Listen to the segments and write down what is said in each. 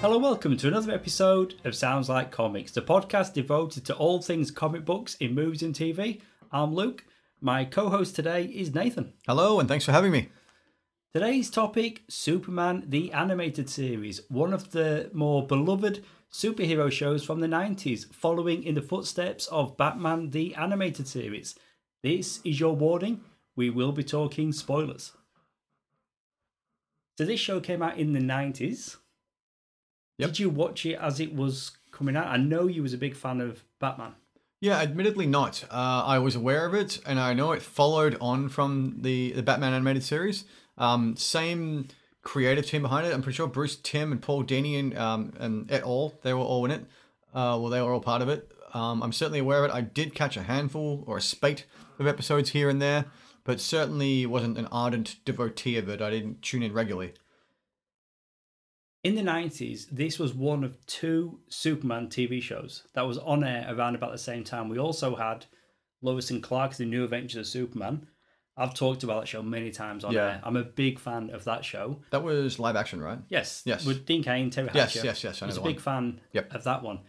Hello, welcome to another episode of Sounds Like Comics, the podcast devoted to all things comic books in movies and TV. I'm Luke. My co host today is Nathan. Hello, and thanks for having me. Today's topic Superman the Animated Series, one of the more beloved superhero shows from the 90s, following in the footsteps of Batman the Animated Series. This is your warning we will be talking spoilers. So, this show came out in the 90s. Yep. Did you watch it as it was coming out? I know you was a big fan of Batman. Yeah, admittedly not. Uh, I was aware of it, and I know it followed on from the, the Batman animated series. Um, same creative team behind it. I'm pretty sure Bruce Tim and Paul Dini and, um, and et al. They were all in it. Uh, well, they were all part of it. Um, I'm certainly aware of it. I did catch a handful or a spate of episodes here and there, but certainly wasn't an ardent devotee of it. I didn't tune in regularly. In the 90s, this was one of two Superman TV shows that was on air around about the same time. We also had Lois and Clark, The New Adventures of Superman. I've talked about that show many times on Yeah. air. I'm a big fan of that show. That was live action, right? Yes. Yes. With Dean Cain, Terry Yes, Hatcher. yes, yes, I know was a the one. big fan Yep. of that one.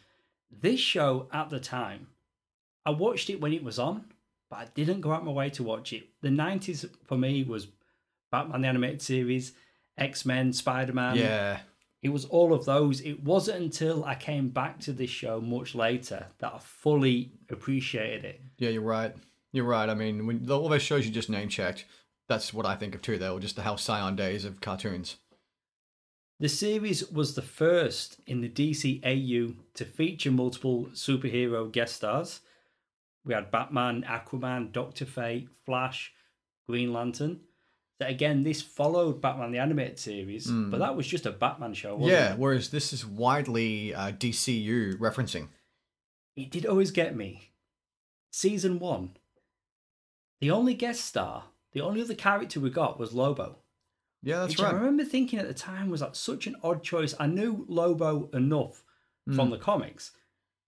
This show at the time, I watched it when it was on, but I didn't go out my way to watch it. The 90s for me was Batman the Animated Series, X Men, Spider Man. yeah. It was all of those. It wasn't until I came back to this show much later that I fully appreciated it. Yeah, you're right. You're right. I mean, when the, all those shows you just name checked, that's what I think of too. They were just the Hal Scion days of cartoons. The series was the first in the DCAU to feature multiple superhero guest stars. We had Batman, Aquaman, Doctor Fate, Flash, Green Lantern. That again, this followed Batman the animated series, but that was just a Batman show. Wasn't yeah, it? whereas this is widely uh, DCU referencing. it did always get me. Season one, the only guest star, the only other character we got was Lobo. Yeah, that's which I right. remember thinking at the time was like such an odd choice. I knew Lobo enough Hmm. from the comics,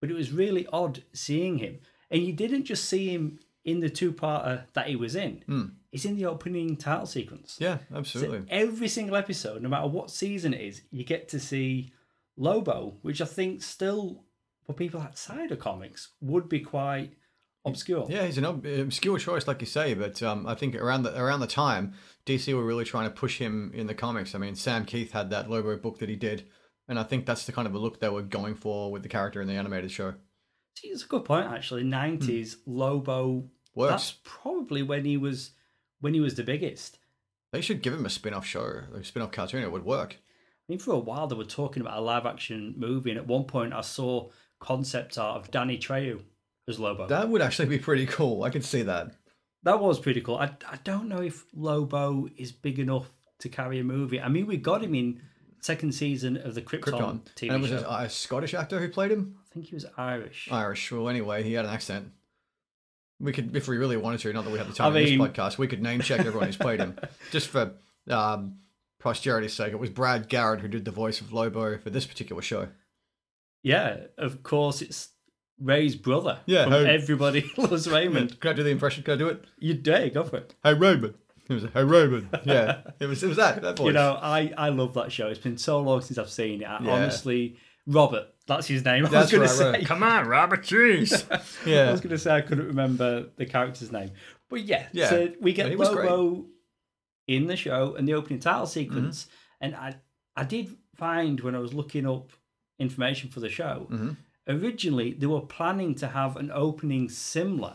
but it was really odd seeing him. And you didn't just see him in the two-parter that he was in. Mm. It's in the opening title sequence. Yeah, So absolutely. every single episode, no matter what season it is, you get to see Lobo, which I think still for people outside of comics would be quite obscure. Yeah, he's an ob- obscure choice, like you say, but um, I think around the around the time DC were really trying to push him in the comics. I mean, Sam Keith had that Lobo book that he did, and I think that's the kind of a look they were going for with the character in the animated show. See, It's a good point actually. Nineties Lobo. Hmm. Works. That's probably when he was when he was the biggest. They should give him a spin off show, a spin off cartoon. It would work. I mean, for a while they were talking about a live action movie, and at one point I saw concept art of Danny Trejo as Lobo. That, That would actually be pretty cool. I could see that. was pretty cool. I I don't know if Lobo is big enough to carry a movie. I mean, we got him in second season of the Krypton, Krypton. TV and it was show. a, a Scottish actor who played him. I think he was Irish. Irish. Well, anyway, he had an accent. We could, if we really wanted to, not that we have the time I on this mean- podcast, we could name check everyone who's played him, just for um, posterity's sake. It was Brad Garrett who did the voice of Lobo for this particular show. Yeah, of course it's Ray's brother. Yeah, from how- everybody loves Raymond. Can I do the impression? Can I do it? You dare go for it. Hey, Raymond. It was hey, Raymond. Yeah, it was. It was that that voice. You know, I, I love that show. It's been so long since I've seen it. I, Yeah. Honestly, Robert, that's his name. I was That's going right, to right. say. Come on, Robert. Jeez. I yeah. was going to say I couldn't remember the character's name, but yeah. Yeah, So we but get he was Lobo in the show and the opening title sequence, Mm-hmm. and I I did find when I was looking up information for the show, Mm-hmm. originally they were planning to have an opening similar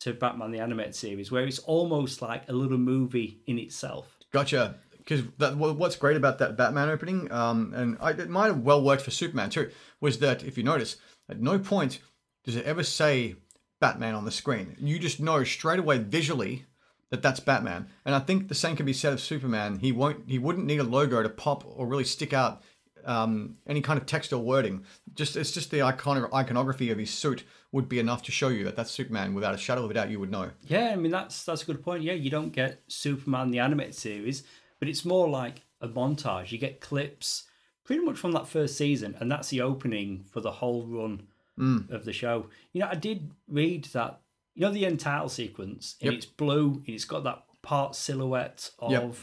to Batman the Animated Series, where it's almost like a little movie in itself. Gotcha. Because what's great about that Batman opening, um, and I, it might have well worked for Superman too, was that if you notice, at no point does it ever say Batman on the screen. You just know straight away visually that that's Batman. And I think the same can be said of Superman. He won't. He wouldn't need a logo to pop or really stick out um, any kind of text or wording. Just it's just the icon- iconography of his suit would be enough to show you that that's Superman. Without a shadow of a doubt, you would know. Yeah, I mean that's that's a good point. Yeah, you don't get Superman the animated series, but it's more like a montage. You get clips pretty much from that first season, and that's the opening for the whole run Hmm. of the show. You know, I did read that you know the end title sequence, and Yep. it's blue, and it's got that part silhouette of Yep.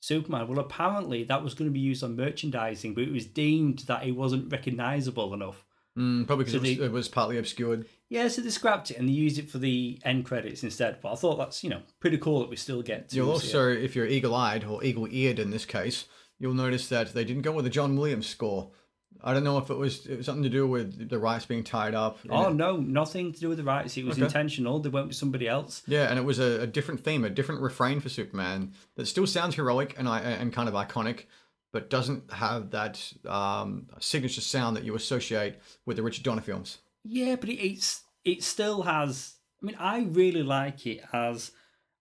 Superman. Well, apparently that was going to be used on merchandising, but it was deemed that he wasn't recognizable enough. Mm, probably because So it, was, the- it was partly obscured. Yeah, so they scrapped it and they used it for the end credits instead. But I thought that's you know pretty cool that we still get to. You'll see also, if you're eagle-eyed or eagle-eared in this case, you'll notice that they didn't go with the John Williams score. I don't know if it was, it was something to do with the rights being tied up. you Oh no, know. nothing to do with the rights. It was Okay. intentional. They went with somebody else. Yeah, and it was a, a different theme, a different refrain for Superman that still sounds heroic and I, and kind of iconic, but doesn't have that um, signature sound that you associate with the Richard Donner films. Yeah, but it, it's it still has. I mean, I really like it as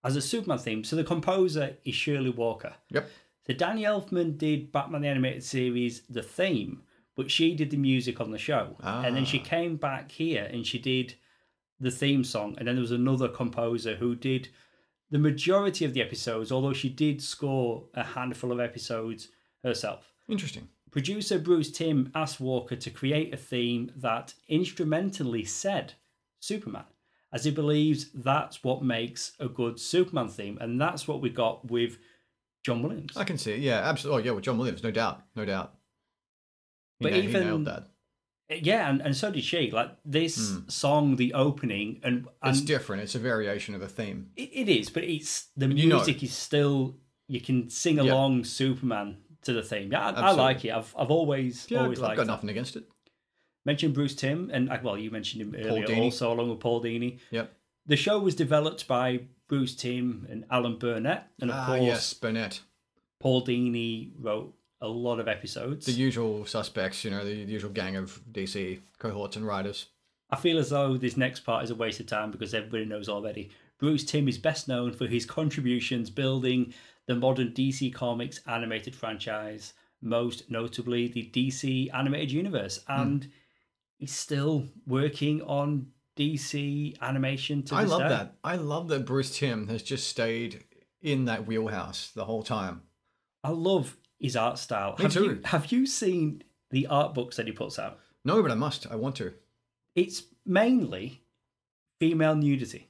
as a Superman theme. So the composer is Shirley Walker. Yep. So Danny Elfman did Batman the Animated Series, the theme, but she did the music on the show, and then she came back here and she did the theme song, and then there was another composer who did the majority of the episodes, although she did score a handful of episodes herself. Interesting. Producer Bruce Tim asked Walker to create a theme that instrumentally said Superman, as he believes that's what makes a good Superman theme, and that's what we got with John Williams. I can see. it. Yeah, absolutely. Oh, yeah, with John Williams, no doubt, no doubt. He But na- he even- nailed that. Eh, Yeah, and, and so did she. Like this song, the opening, and, Hmm. It's and different. It's a variation of a theme. it, it is, but it's the you know music is still you can sing along Superman to the theme. Yeah, I, I Absolutely. like it. I've I've always Yeah, I've always got liked it. nothing against it. Mentioned Bruce Tim, and uh, well, you mentioned him earlier Dini. also, along with Paul Dini. Yep. The show was developed by Bruce Tim and Alan Burnett, and of Ah, course, yes, Burnett. Paul Dini wrote a lot of episodes. The usual suspects, you know, the usual gang of DC cohorts and writers. I feel as though this next part is a waste of time because everybody knows already. Bruce Timm is best known for his contributions building the modern DC Comics animated franchise, most notably the DC Animated Universe, Hmm. and he's still working on DC animation to I this love day. that. I love that Bruce Tim has just stayed in that wheelhouse the whole time. I love his art style. Me have too. You, have you seen the art books that he puts out? No, but I must. I want to. it's mainly female nudity,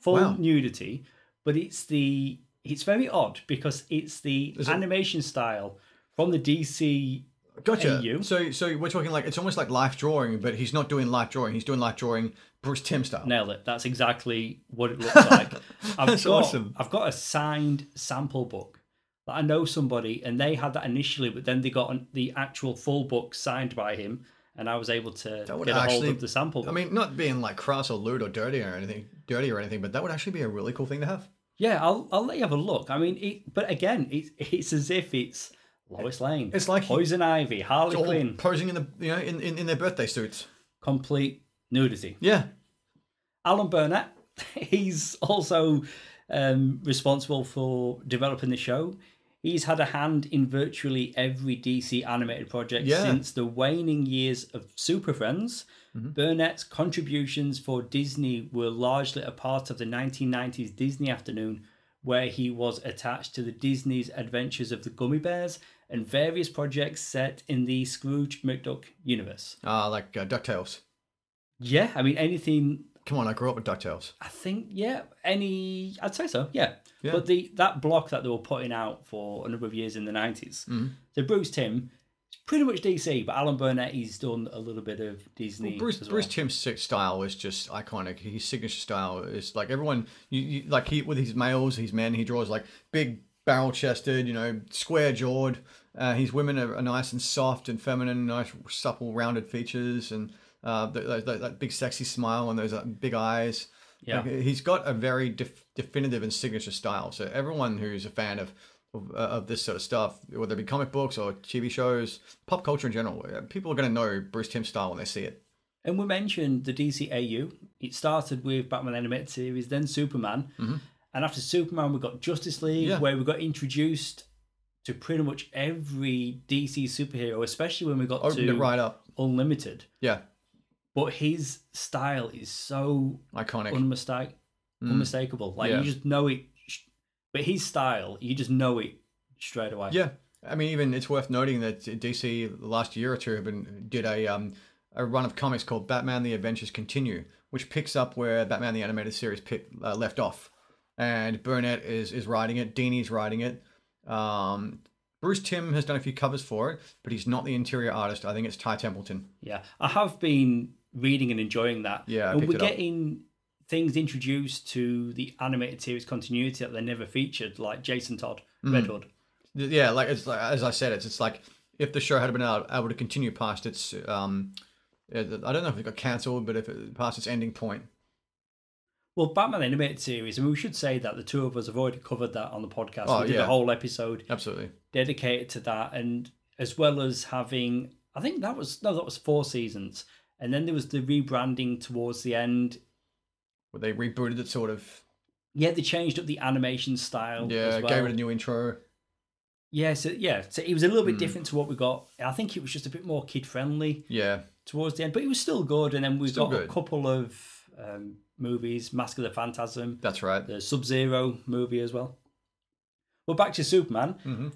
full Wow. nudity, but it's the it's very odd because it's the Is it- animation style from the DC. Gotcha. And you? So, so we're talking like it's almost like life drawing, but he's not doing life drawing. He's doing life drawing Bruce Tim style. Nailed it. That's exactly what it looks like. I've That's got, awesome. I've got a signed sample book that I know somebody, and they had that initially, but then they got an, the actual full book signed by him, and I was able to That would get a hold actually- of the sample. I Book. mean, not being like crass or lewd or dirty or anything, dirty or anything, but that would actually be a really cool thing to have. yeah, I'll I'll let you have a look. I mean, it, but again, it's it's as if it's Lois Lane. It's like he's Poison Ivy, Harley all Quinn, posing in the you know in, in, in their birthday suits. complete nudity. Yeah, Alan Burnett, he's also um, responsible for developing the show. He's had a hand in virtually every DC animated project Yeah. since the waning years of Super Friends. Burnett's contributions for Disney were largely a part of the 1990s Disney Afternoon, where he was attached to the Disney's Adventures of the Gummy Bears and various projects set in the Scrooge McDuck universe. uh, like uh, Ducktales. Yeah, I mean anything. Come on, I grew up with Ducktales. I think yeah, any. I'd say so. Yeah. Yeah. But the that block that they were putting out for a number of years in the 90s Mm-hmm. So Bruce Tim, it's pretty much DC, but Alan Burnett he's done a little bit of Disney. Bruce as well. Bruce Timm's sick style is just iconic. His signature style is like everyone you, you like he with his males, his men, he draws like big barrel chested, you know, square jawed. Uh, his women are, are nice and soft and feminine, nice supple rounded features and uh, th th th- that big sexy smile and those uh, big eyes. Yeah. Like, he's got a very def- definitive and signature style. So everyone who's a fan of of, uh, of this sort of stuff, whether it be comic books or TV shows, pop culture in general, uh, people are going to know Bruce Timm's style when they see it. And we mentioned the DCAU. It started with Batman animated series, then Superman, and after Superman we got Justice League, Mm-hmm. Yeah. where we got introduced to pretty much every DC superhero, especially when we got opened to it Oh, right up. Unlimited. Yeah, But his style is so iconic. unmistake, unmistakable. Like Mm. Yeah. you just know it. sh- But his style, you just know it straight away. yeah, I mean, even it's worth noting that DC the last year or two have been did a um a run of comics called Batman: The Adventures Continue, which picks up where Batman the Animated Series pick, uh, left off, and Burnett is is writing it, Dini's writing it. Um, Bruce Tim has done a few covers for it, but he's not the interior artist. I think it's Ty Templeton. Yeah, I have been reading and enjoying that. Yeah, I and picked we're it up. getting things introduced to the animated series continuity that they never featured, like Jason Todd, Mm. Red Hood. Th- Yeah, like it's like, as I said, it's it's like if the show had been out, able to continue past its um, I don't know if it got cancelled, but if it past its ending point, Well, Batman animated series, I mean, we should say that the two of us have already covered that on the podcast. Oh, we did yeah. a whole episode absolutely. dedicated to that, and as well as having, I think that was no, that was four seasons, and then there was the rebranding towards the end. Well, they rebooted it sort of. Yeah, they changed up the animation style. Yeah, as well. gave it a new intro. Yeah, so yeah, so it was a little Hmm. bit different to what we got. I think it was just a bit more kid friendly Yeah, towards the end, but it was still good. And then we Still got good. a couple of um, movies: Mask of the Phantasm, that's right. the Sub Zero movie as well. We're back to Superman, Mhm.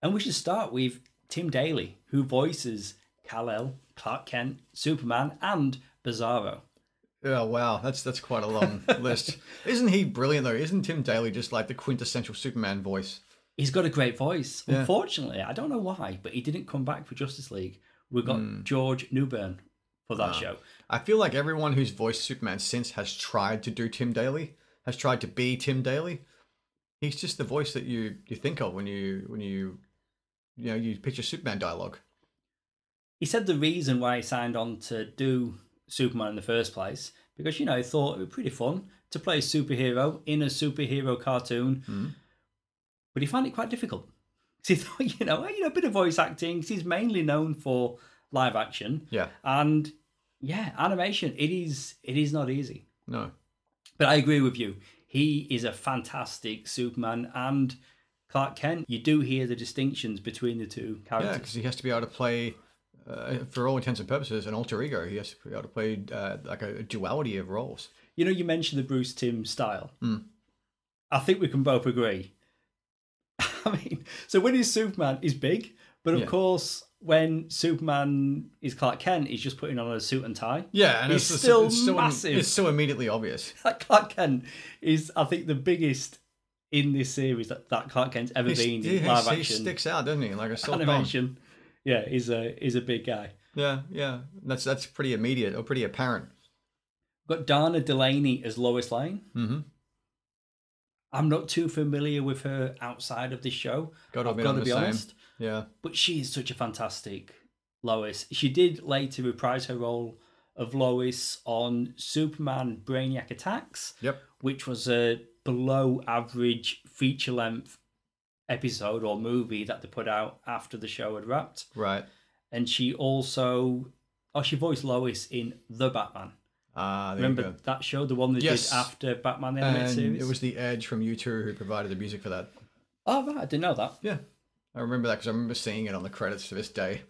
and we should start with Tim Daly, who voices Kal El, Clark Kent, Superman, and Bizarro. Oh wow, that's that's quite a long list. Isn't he brilliant though? Isn't Tim Daly just like the quintessential Superman voice? He's got a great voice. Yeah. Unfortunately, I don't know why, but he didn't come back for Justice League. We got George Newbern for that show. I feel like everyone who's voiced Superman since has tried to do Tim Daly, has tried to be Tim Daly. He's just the voice that you you think of when you when you you know you picture Superman dialogue. he said the reason why he signed on to do Superman in the first place because you know he thought it would be pretty fun to play a superhero in a superhero cartoon, but he found it quite difficult. 'Cause he thought, you know, you know, a bit of voice acting. 'cause he's mainly known for live action Yeah, and yeah, animation. It is it is not easy, no, but I agree with you. He is a fantastic Superman and Clark Kent. You do hear the distinctions between the two yeah, characters. because he has to be able to play. Uh, for all intents and purposes, an alter ego. He has to be able to play uh, like a duality of roles. You know, you mentioned the Bruce Tim style. Hmm. I think we can both agree. I mean, so when he's Superman, he's big, but of Yeah. course, when Superman is Clark Kent, he's just putting on a suit and tie. Yeah, and He's it's, still it's so, massive. It's so immediately obvious. That Clark Kent is, I think, the biggest in this series that, that Clark Kent's ever He's- been he, in live he action sticks out, doesn't he? Like a sore thumb. animation. Yeah, he's a he's a big guy. Yeah, yeah. That's that's pretty immediate or pretty apparent. We've got Dana Delaney as Lois Lane. Mm-hmm. I'm not too familiar with her outside of this show. Gotta I've admit, got I'm to the be same. honest. Yeah, but she is such a fantastic Lois. She did later reprise her role of Lois on Superman Brainiac Attacks, yep. which was a below average feature length episode or movie that they put out after the show had wrapped. Right. And she also, oh, she voiced Lois in The Batman. Ah, there you Remember go. that show, the one they Yes. did after Batman the Animated And Series? it was the Edge from U2 who provided the music for that. Oh, right, I didn't know that. Yeah, I remember that because I remember seeing it on the credits to this day.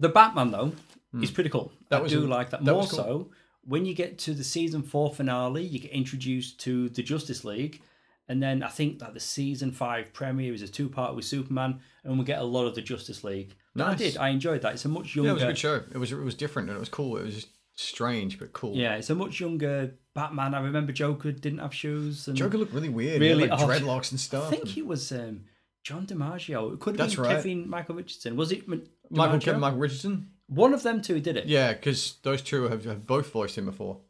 The Batman though is pretty cool. Hmm. That I was- do like that, that more was cool. so when you get to the season four finale. You get introduced to the Justice League, and then I think that the season five premiere is a two part with Superman, and we get a lot of the Justice League. But I Nice. did. I enjoyed that. It's a much Yeah, younger. it was a good show. It was it was different and it was cool. It was just strange but cool. Yeah, it's a much younger Batman. I remember Joker didn't have shoes. And Joker looked really weird. He had, Really like odd. dreadlocks and I stuff. think and he was um, John DiMaggio. It could have That's been right. Kevin Michael Richardson. Was it M- Michael DiMaggio? Michael Richardson. One of them two did it. Yeah, because those two have, have both voiced him before.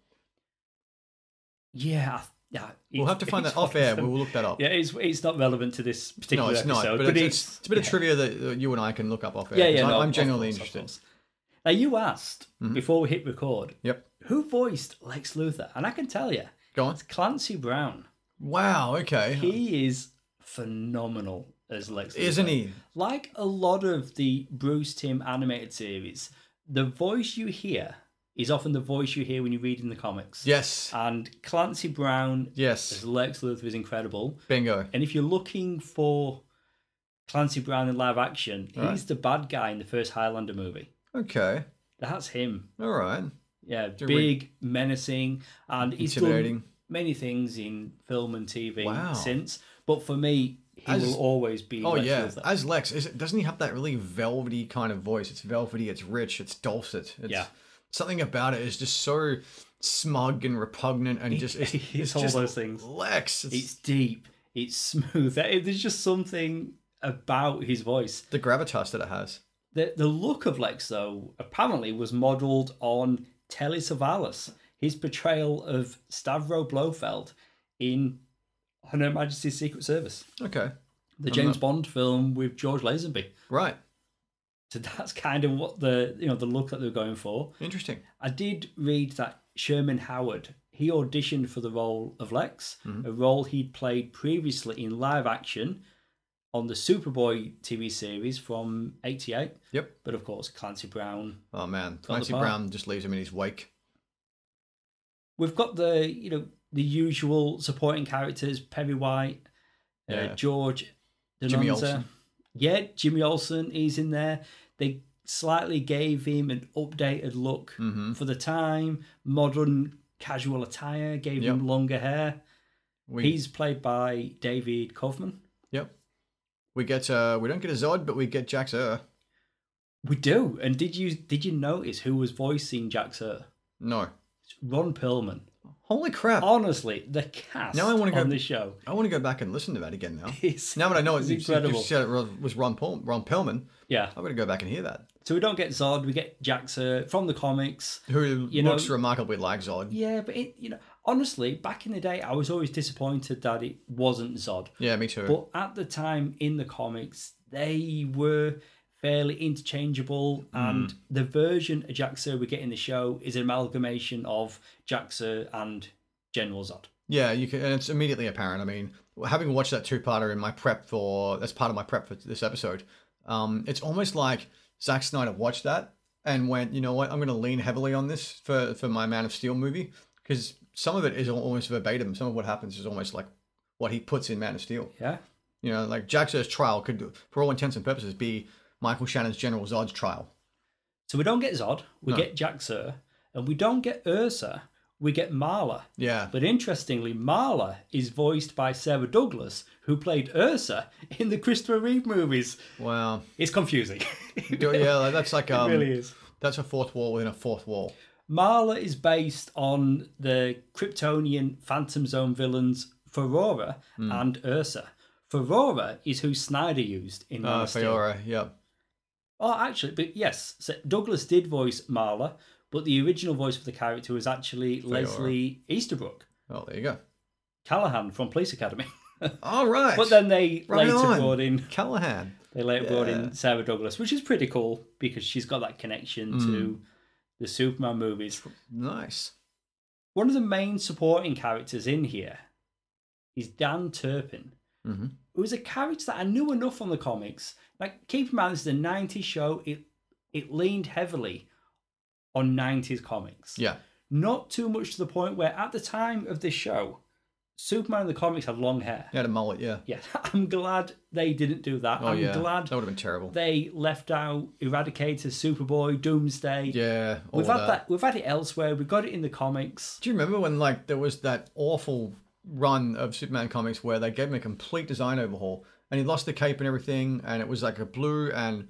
Yeah. I- yeah We'll have to find that off air. We'll look that up. Yeah, it's it's not relevant to this No, particular it's episode. not. But, it's, it's, it's a bit of yeah. trivia that uh, you and I can look up off air. Yeah, 'cause yeah. I'm, no, I'm of genuinely course, of interested. Mm-hmm. course. Now you asked before we hit record Yep. who voiced Lex Luthor, and I can tell you, Go on. it's Clancy Brown. Wow. Okay. He is phenomenal as Lex. Isn't Luthor. he? Like a lot of the Bruce Tim animated series, the voice you hear is often the voice you hear when you're reading the comics. Yes. And Clancy Brown as Yes. Lex Luthor is incredible. Bingo. And if you're looking for Clancy Brown in live action, he's Right. the bad guy in the first Highlander movie. Okay. That's him. All right. Yeah, we- big, menacing, and he's Intimidating. done many things in film and TV Wow. since. But for me, he As- will always be. Oh Lex yeah. Luthor. As Lex, is it, doesn't he have that really velvety kind of voice? It's velvety. It's rich. It's dulcet. It's, Yeah. Something about it is just so smug and repugnant, and just it's, he's it's all just those things. Lex. It's, It's deep. It's smooth. There's just something about his voice. The gravitas that it has. The the look of Lex though apparently was modelled on Telly Savalas, his portrayal of Stavro Blofeld in Her Majesty's Secret Service, Okay. the James Bond film with George Lazenby. Right. So that's kind of what the you know the look that they were going for. Interesting. I did read that Sherman Howard he auditioned for the role of Lex, a role he'd played previously in live action on the Superboy TV series from '88. Yep. But of course, Clancy Brown. Oh man, Clancy part. Brown just leaves him in his wake. We've got the you know the usual supporting characters: Perry White, Yeah. uh, George, Jimmy Denonza. Olsen. Yeah, Jimmy Olsen. He's in there. They slightly gave him an updated look Mhm. for the time. Modern casual attire gave him Yep. longer hair. We, He's played by David Kaufman. yep. We get uh, we don't get a Zod, but we get Jax Ur. We do. And did you did you notice who was voicing Jack Sir? No. It's Ron Perlman. Holy crap! Oh. Honestly, the cast Now I wanna go- on this show I want to go back and listen to that again now. is Now that I know it, It's you, you incredible. said it was Ron, Paul, Ron Pillman, yeah. I'm going to go back and hear that. So we don't get Zod, we get Jaxer from the comics. Who You looks know- remarkably like Zod. Yeah, but it, you know, honestly, back in the day, I was always disappointed that it wasn't Zod. Yeah, me too. But at the time in the comics, they were fairly interchangeable, and the version of Jaxer we get in the show is an amalgamation of Jaxer and General Zod. yeah, you can, and it's immediately apparent. I mean, having watched that two-parter in my prep for, that's part of my prep for this episode, um, it's almost like Zack Snyder watched that and went, you know what, I'm going to lean heavily on this for, for my Man of Steel movie because some of it is al- almost verbatim. Some of what happens is almost like what he puts in Man of Steel. Yeah. You know, like Jack Zer's trial could, for all intents and purposes, be Michael Shannon's General Zod's trial. So we don't get Zod, we No. get Jaxer, and we don't get Ursa, we get Marla. Yeah. But interestingly, Marla is voiced by Sarah Douglas, who played Ursa in the Christopher Reeve movies. Wow. It's confusing. it Yeah, yeah, like, that's like um, really is. that's a fourth wall within a fourth wall. Marla is based on the Kryptonian Phantom Zone villains Ferora Hmm. and Ursa. Ferora is who Snyder used in Man Uh, of Steel. Feora, yeah. Oh, actually, but yes, so Douglas did voice Marla, but the original voice for the character was actually Leslie Easterbrook, Oh, there you go. Callahan from Police Academy. All right. But then they Right later on. brought in Callahan. they later brought Yeah. in Sarah Douglas, which is pretty cool because she's got that connection Mm. to the Superman movies. Nice. One of the main supporting characters in here is Dan Turpin, hmm who is a character that I knew enough on the comics. Like, keep in mind, this is a 90s show. It, it leaned heavily on 90s comics. Yeah. Not too much to the point where, at the time of this show, Superman in the comics had long hair. He had a mullet, yeah. Yeah, I'm glad they didn't do that. Oh, I'm yeah. glad That would have been terrible. they left out Eradicator, Superboy, Doomsday. yeah. all we've had that. that. We've had it elsewhere. We got it in the comics. Do you remember when, like, there was that awful run of Superman comics where they gave him a complete design overhaul and he lost the cape and everything and it was like a blue and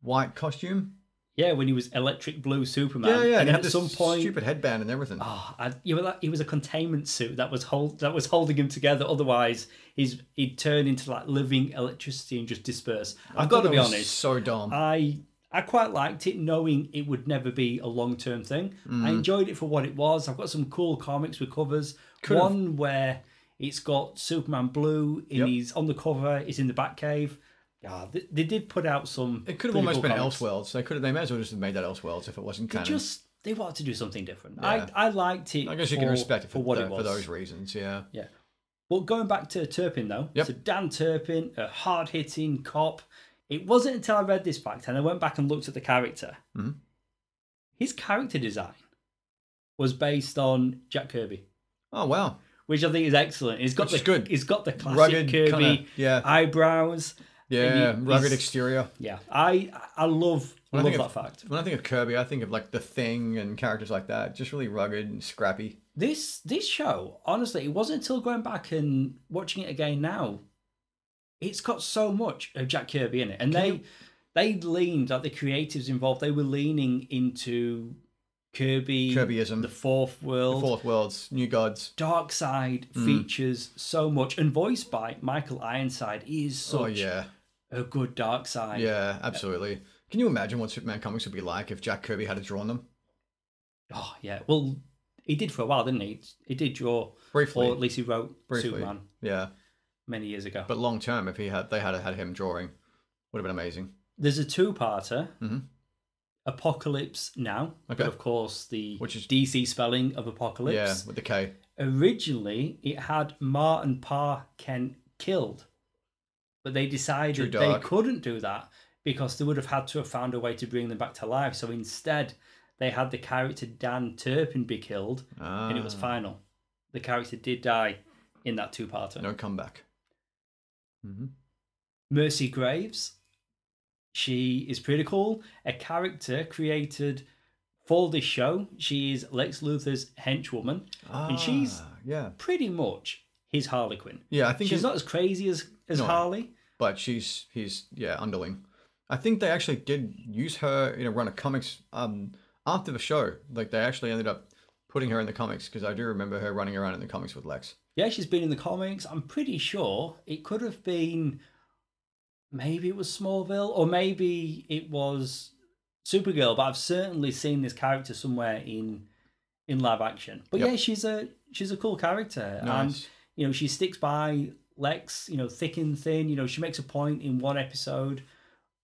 white costume? Yeah, when he was Electric Blue Superman. yeah, yeah. And he then had at this some point, Stupid headband and everything. Ah, I, you know, that, he was a containment suit that was hold that was holding him together. Otherwise, he's he'd turn into like living electricity and just disperse. I I've got thought to that be was honest. So dumb. I I quite liked it, knowing it would never be a long term thing. Mm. I enjoyed it for what it was. I've got some cool comics with covers. Could've- One where it's got Superman blue, and Yep. he's on the cover. He's in the Batcave. Yeah, they, they did put out some. It could have pretty almost cool been comics. Elseworlds. They could have. They may as well just have made that Elseworlds if it wasn't They canon. just they wanted to do something different. Yeah. I I liked it. I guess you for, can respect it for, for what tho- it was. for those reasons. Yeah. Yeah. Well, going back to Turpin though, Yep. so Dan Turpin, a hard-hitting cop. It wasn't until I read this fact and I went back and looked at the character. Mhm. His character design was based on Jack Kirby, Oh wow. which I think is excellent. He's got Which is the good. he's got the classic Rugged Kirby kinda- yeah. eyebrows. Yeah. And he- rugged he's- exterior. Yeah, I I love When I love think that of- fact. When I think of Kirby, I think of like the Thing and characters like that. Just really rugged and scrappy. This this show, honestly, it wasn't until going back and watching it again now. It's got so much of Jack Kirby in it, and Can they you- they leaned like the creatives involved. They were leaning into Kirby, Kirbyism. the Fourth World, Fourth Mm. Worlds, New Gods. Dark Side features so much, and voiced by Michael Ironside. He is such Oh yeah. a good dark side. Yeah, absolutely. Can you imagine what Superman comics would be like if Jack Kirby had drawn them Oh yeah. Well, he did for a while, didn't he? He did draw, briefly? or at least he wrote briefly. Superman Yeah, many years ago. but long term, if he had they had had him drawing, would have been amazing. There's a two-parter. Mhm. Apocalypse Now, Okay. but of course the Which is- DC spelling of Apocalypse. Yeah, with the K. Originally, it had Martin Parr Kent killed, but they decided Too they dark. couldn't do that because they would have had to have found a way to bring them back to life. So instead, they had the character Dan Turpin be killed, and it was Ah, final. The character did die in that two-parter. No comeback. Mm-hmm. Mercy Graves. She is pretty cool. A character created for this show. She is Lex Luthor's henchwoman. and she's Ah, yeah, pretty much his Harlequin. yeah. I think She's it- not as crazy as, as No. Harley. but she's he's yeah underling. I think they actually did use her in a run of comics um, after the show. Like they actually ended up putting her in the comics because I do remember her running around in the comics with Lex. Yeah, she's been in the comics. I'm pretty sure it could have been maybe it was Smallville or maybe it was Supergirl, but I've certainly seen this character somewhere in in live action. But Yep. yeah, she's a she's a cool character. And Nice. you know she sticks by lex you know thick and thin you know she makes a point in one episode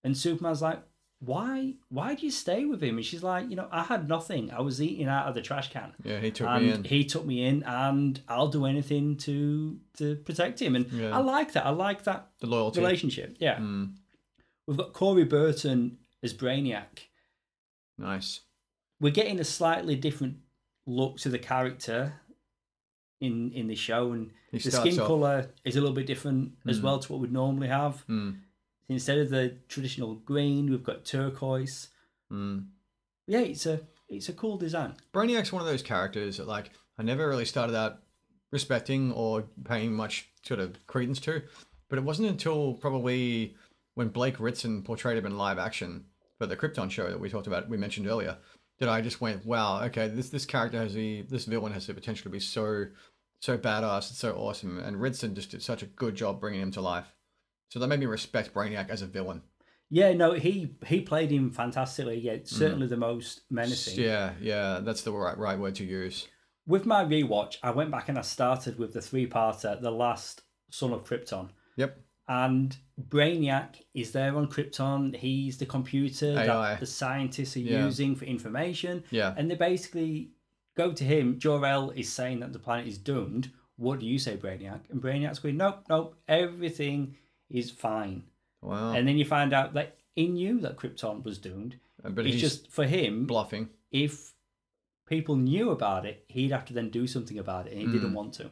and superman's like why why do you stay with him and she's like you know i had nothing i was eating out of the trash can yeah, he took me in. and he took me in and i'll do anything to to protect him and Yeah. i like that i like that the loyalty. relationship yeah Mm, we've got corey burton as brainiac nice. we're getting a slightly different look to the character in in the show and He the starts skin off- color is a little bit different as Mm. well to what we'd normally have Mm, instead of the traditional green we've got turquoise mm. yeah it's a it's a cool design Brainiac's one of those characters that like I never really started out respecting or paying much sort of credence to, but it wasn't until probably when Blake Ritson portrayed him in live action for the Krypton show that we talked about, we mentioned earlier, that I just went, wow, okay, this this character has the this villain has the potential to be so so badass and so awesome, and Ritson just did such a good job bringing him to life. So that made me respect Brainiac as a villain. yeah no he he played him fantastically yeah Hmm. certainly the most menacing Yeah, yeah, that's the right right word to use. with my rewatch i went back and i started with the three-parter the last son of krypton Yep. and brainiac is there on krypton he's the computer AI. that the scientists are Yeah. using for information Yeah. and they basically go to him. Jor-El is saying that the planet is doomed. What do you say, Brainiac? And Brainiac's going, nope, nope, everything is fine. Wow. And then you find out that he knew that Krypton was doomed. but it's he's just just for him, bluffing. if people knew about it, he'd have to then do something about it, and he didn't Hmm. want to.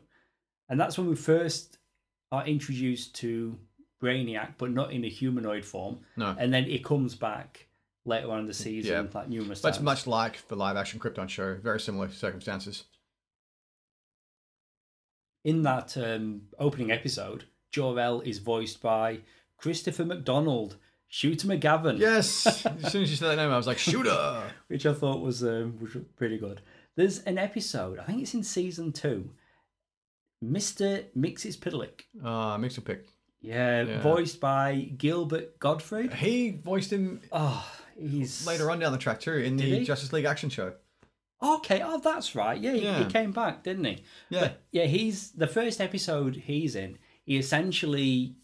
And that's when we first are introduced to Brainiac, but not in a humanoid form. No. Hmm, And then it comes back later on in the season, Yeah. like numerous That's times. much like the live action Krypton show, very similar circumstances. in that um, opening episode, Jor-El is voiced by Christopher McDonald, Shooter McGavin, Yes. as soon as you said that name, I was like, shooter. which I thought was, um, was pretty good. There's an episode, I think it's in season two, Mr. Mixes Piddlick. Uh, mix a pick. Yeah, Yeah. voiced by Gilbert Godfrey. He voiced him Oh, he's later on down the track too in the he? Justice League action show. Okay, oh, that's right. Yeah, he- Yeah. he came back, didn't he? Yeah. But yeah, he's the first episode he's in. He essentially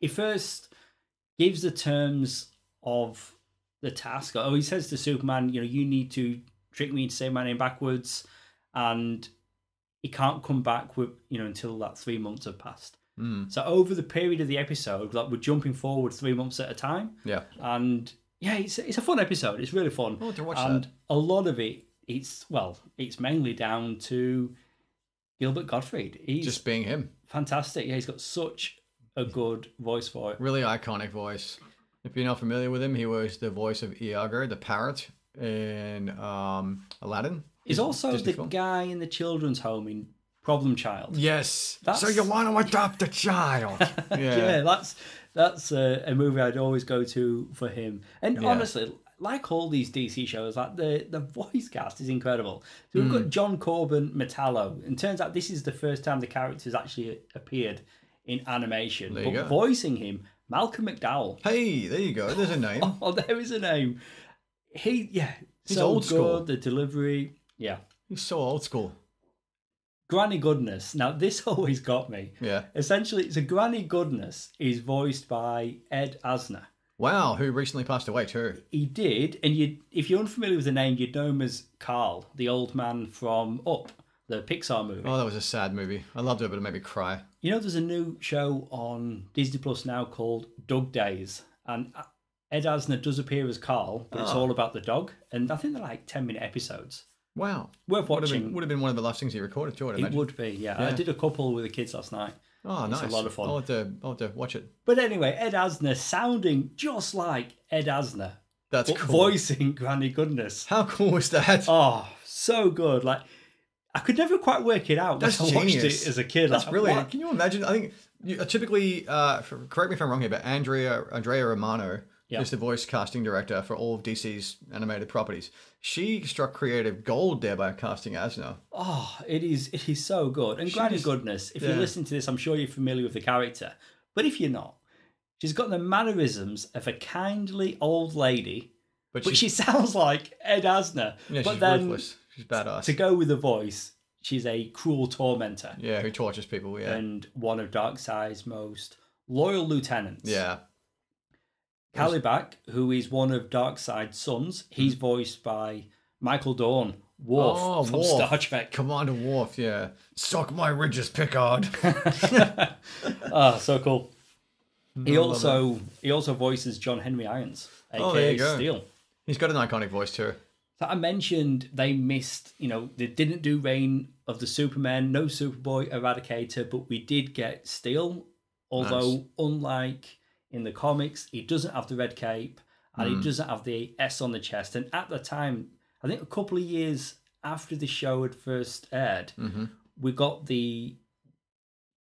he first gives the terms of the task. Oh, he says to Superman, you know, you need to trick me into saying my name backwards, and he can't come back with you know until that three months have passed. Mm. So over the period of the episode, like we're jumping forward three months at a time, Yeah. and yeah, it's it's a fun episode. It's really fun. I want to watch and that. a lot of it, it's well, it's mainly down to Gilbert Gottfried. He's Just being him. fantastic. Yeah, he's got such a good voice for it. Really iconic voice. If you're not familiar with him, he was the voice of Iago, the parrot in um, Aladdin. He's also Disney the film. guy in the children's home in Problem Child. Yes. That's- So you want to adopt a child? Yeah, that's that's a, a movie I'd always go to for him. And honestly, like all these DC shows, like the the voice cast is incredible. So Hmm. we've got John Corbin Metallo, and turns out this is the first time the character's actually appeared in animation. There you but go. voicing him, Malcolm McDowell. Hey, there you go. There's a name. Oh, there is a name. He, yeah, He's so old good. school. The delivery, yeah. He's so old school. Granny Goodness. Now, this always got me. Yeah. Essentially, so Granny Goodness is voiced by Ed Asner. Wow, who recently passed away too. He did, and you, if you're unfamiliar with the name, you'd know him as Carl, the old man from Up, the Pixar movie. Oh, that was a sad movie. I loved it, but it made me cry. You know, there's a new show on Disney Plus now called Dog Days, and uh, Ed Asner does appear as Carl, but Ah. it's all about the dog, and I think they're like 10 minute episodes. Wow. Worth Would have, watching. been, would have been one of the last things he recorded too, I'd It imagine. would be, yeah. I Yeah. did a couple with the kids last night. oh, It's nice. a lot of fun. I'll have to, I'll have to watch it. But anyway, Ed Asner sounding just like Ed Asner, That's but cool. voicing Granny Goodness. How cool was that? Oh, so good. Like, I could never quite work it out. That's when I watched genius. it as a kid. That's Like, brilliant. what? Can you imagine? I think you, typically, uh, for, correct me if I'm wrong here, but Andrea Andrea Romano Yeah. is the voice casting director for all of DC's animated properties. She struck creative gold there by casting Asno. Oh, it is, it is so good. And Granny just- Goodness, if you yeah. listen to this, I'm sure you're familiar with the character. But if you're not, she's got the mannerisms of a kindly old lady, But, but she's, she sounds like Ed Asner. yeah, but she's then ruthless. She's badass. to go with the voice, she's a cruel tormentor. yeah, who tortures people. Yeah. and one of Darkseid's most loyal lieutenants. yeah. Kalibak, who is one of Darkseid's sons, he's voiced by Michael Dawn, Worf Hmm. Oh, from Worf. Star Trek. Commander Worf, yeah. Suck my ridges, Picard. Ah, so cool. He I love also he also voices John Henry Irons, aka Oh, there you go. Steel. He's got an iconic voice too. So I mentioned they missed, you know, they didn't do Reign of the Superman, no Superboy, Eradicator, but we did get Steel. Although, unlike in the comics, he doesn't have the red cape and Hmm. he doesn't have the S on the chest. And at the time, I think a couple of years after the show had first aired, Mm-hmm. we got the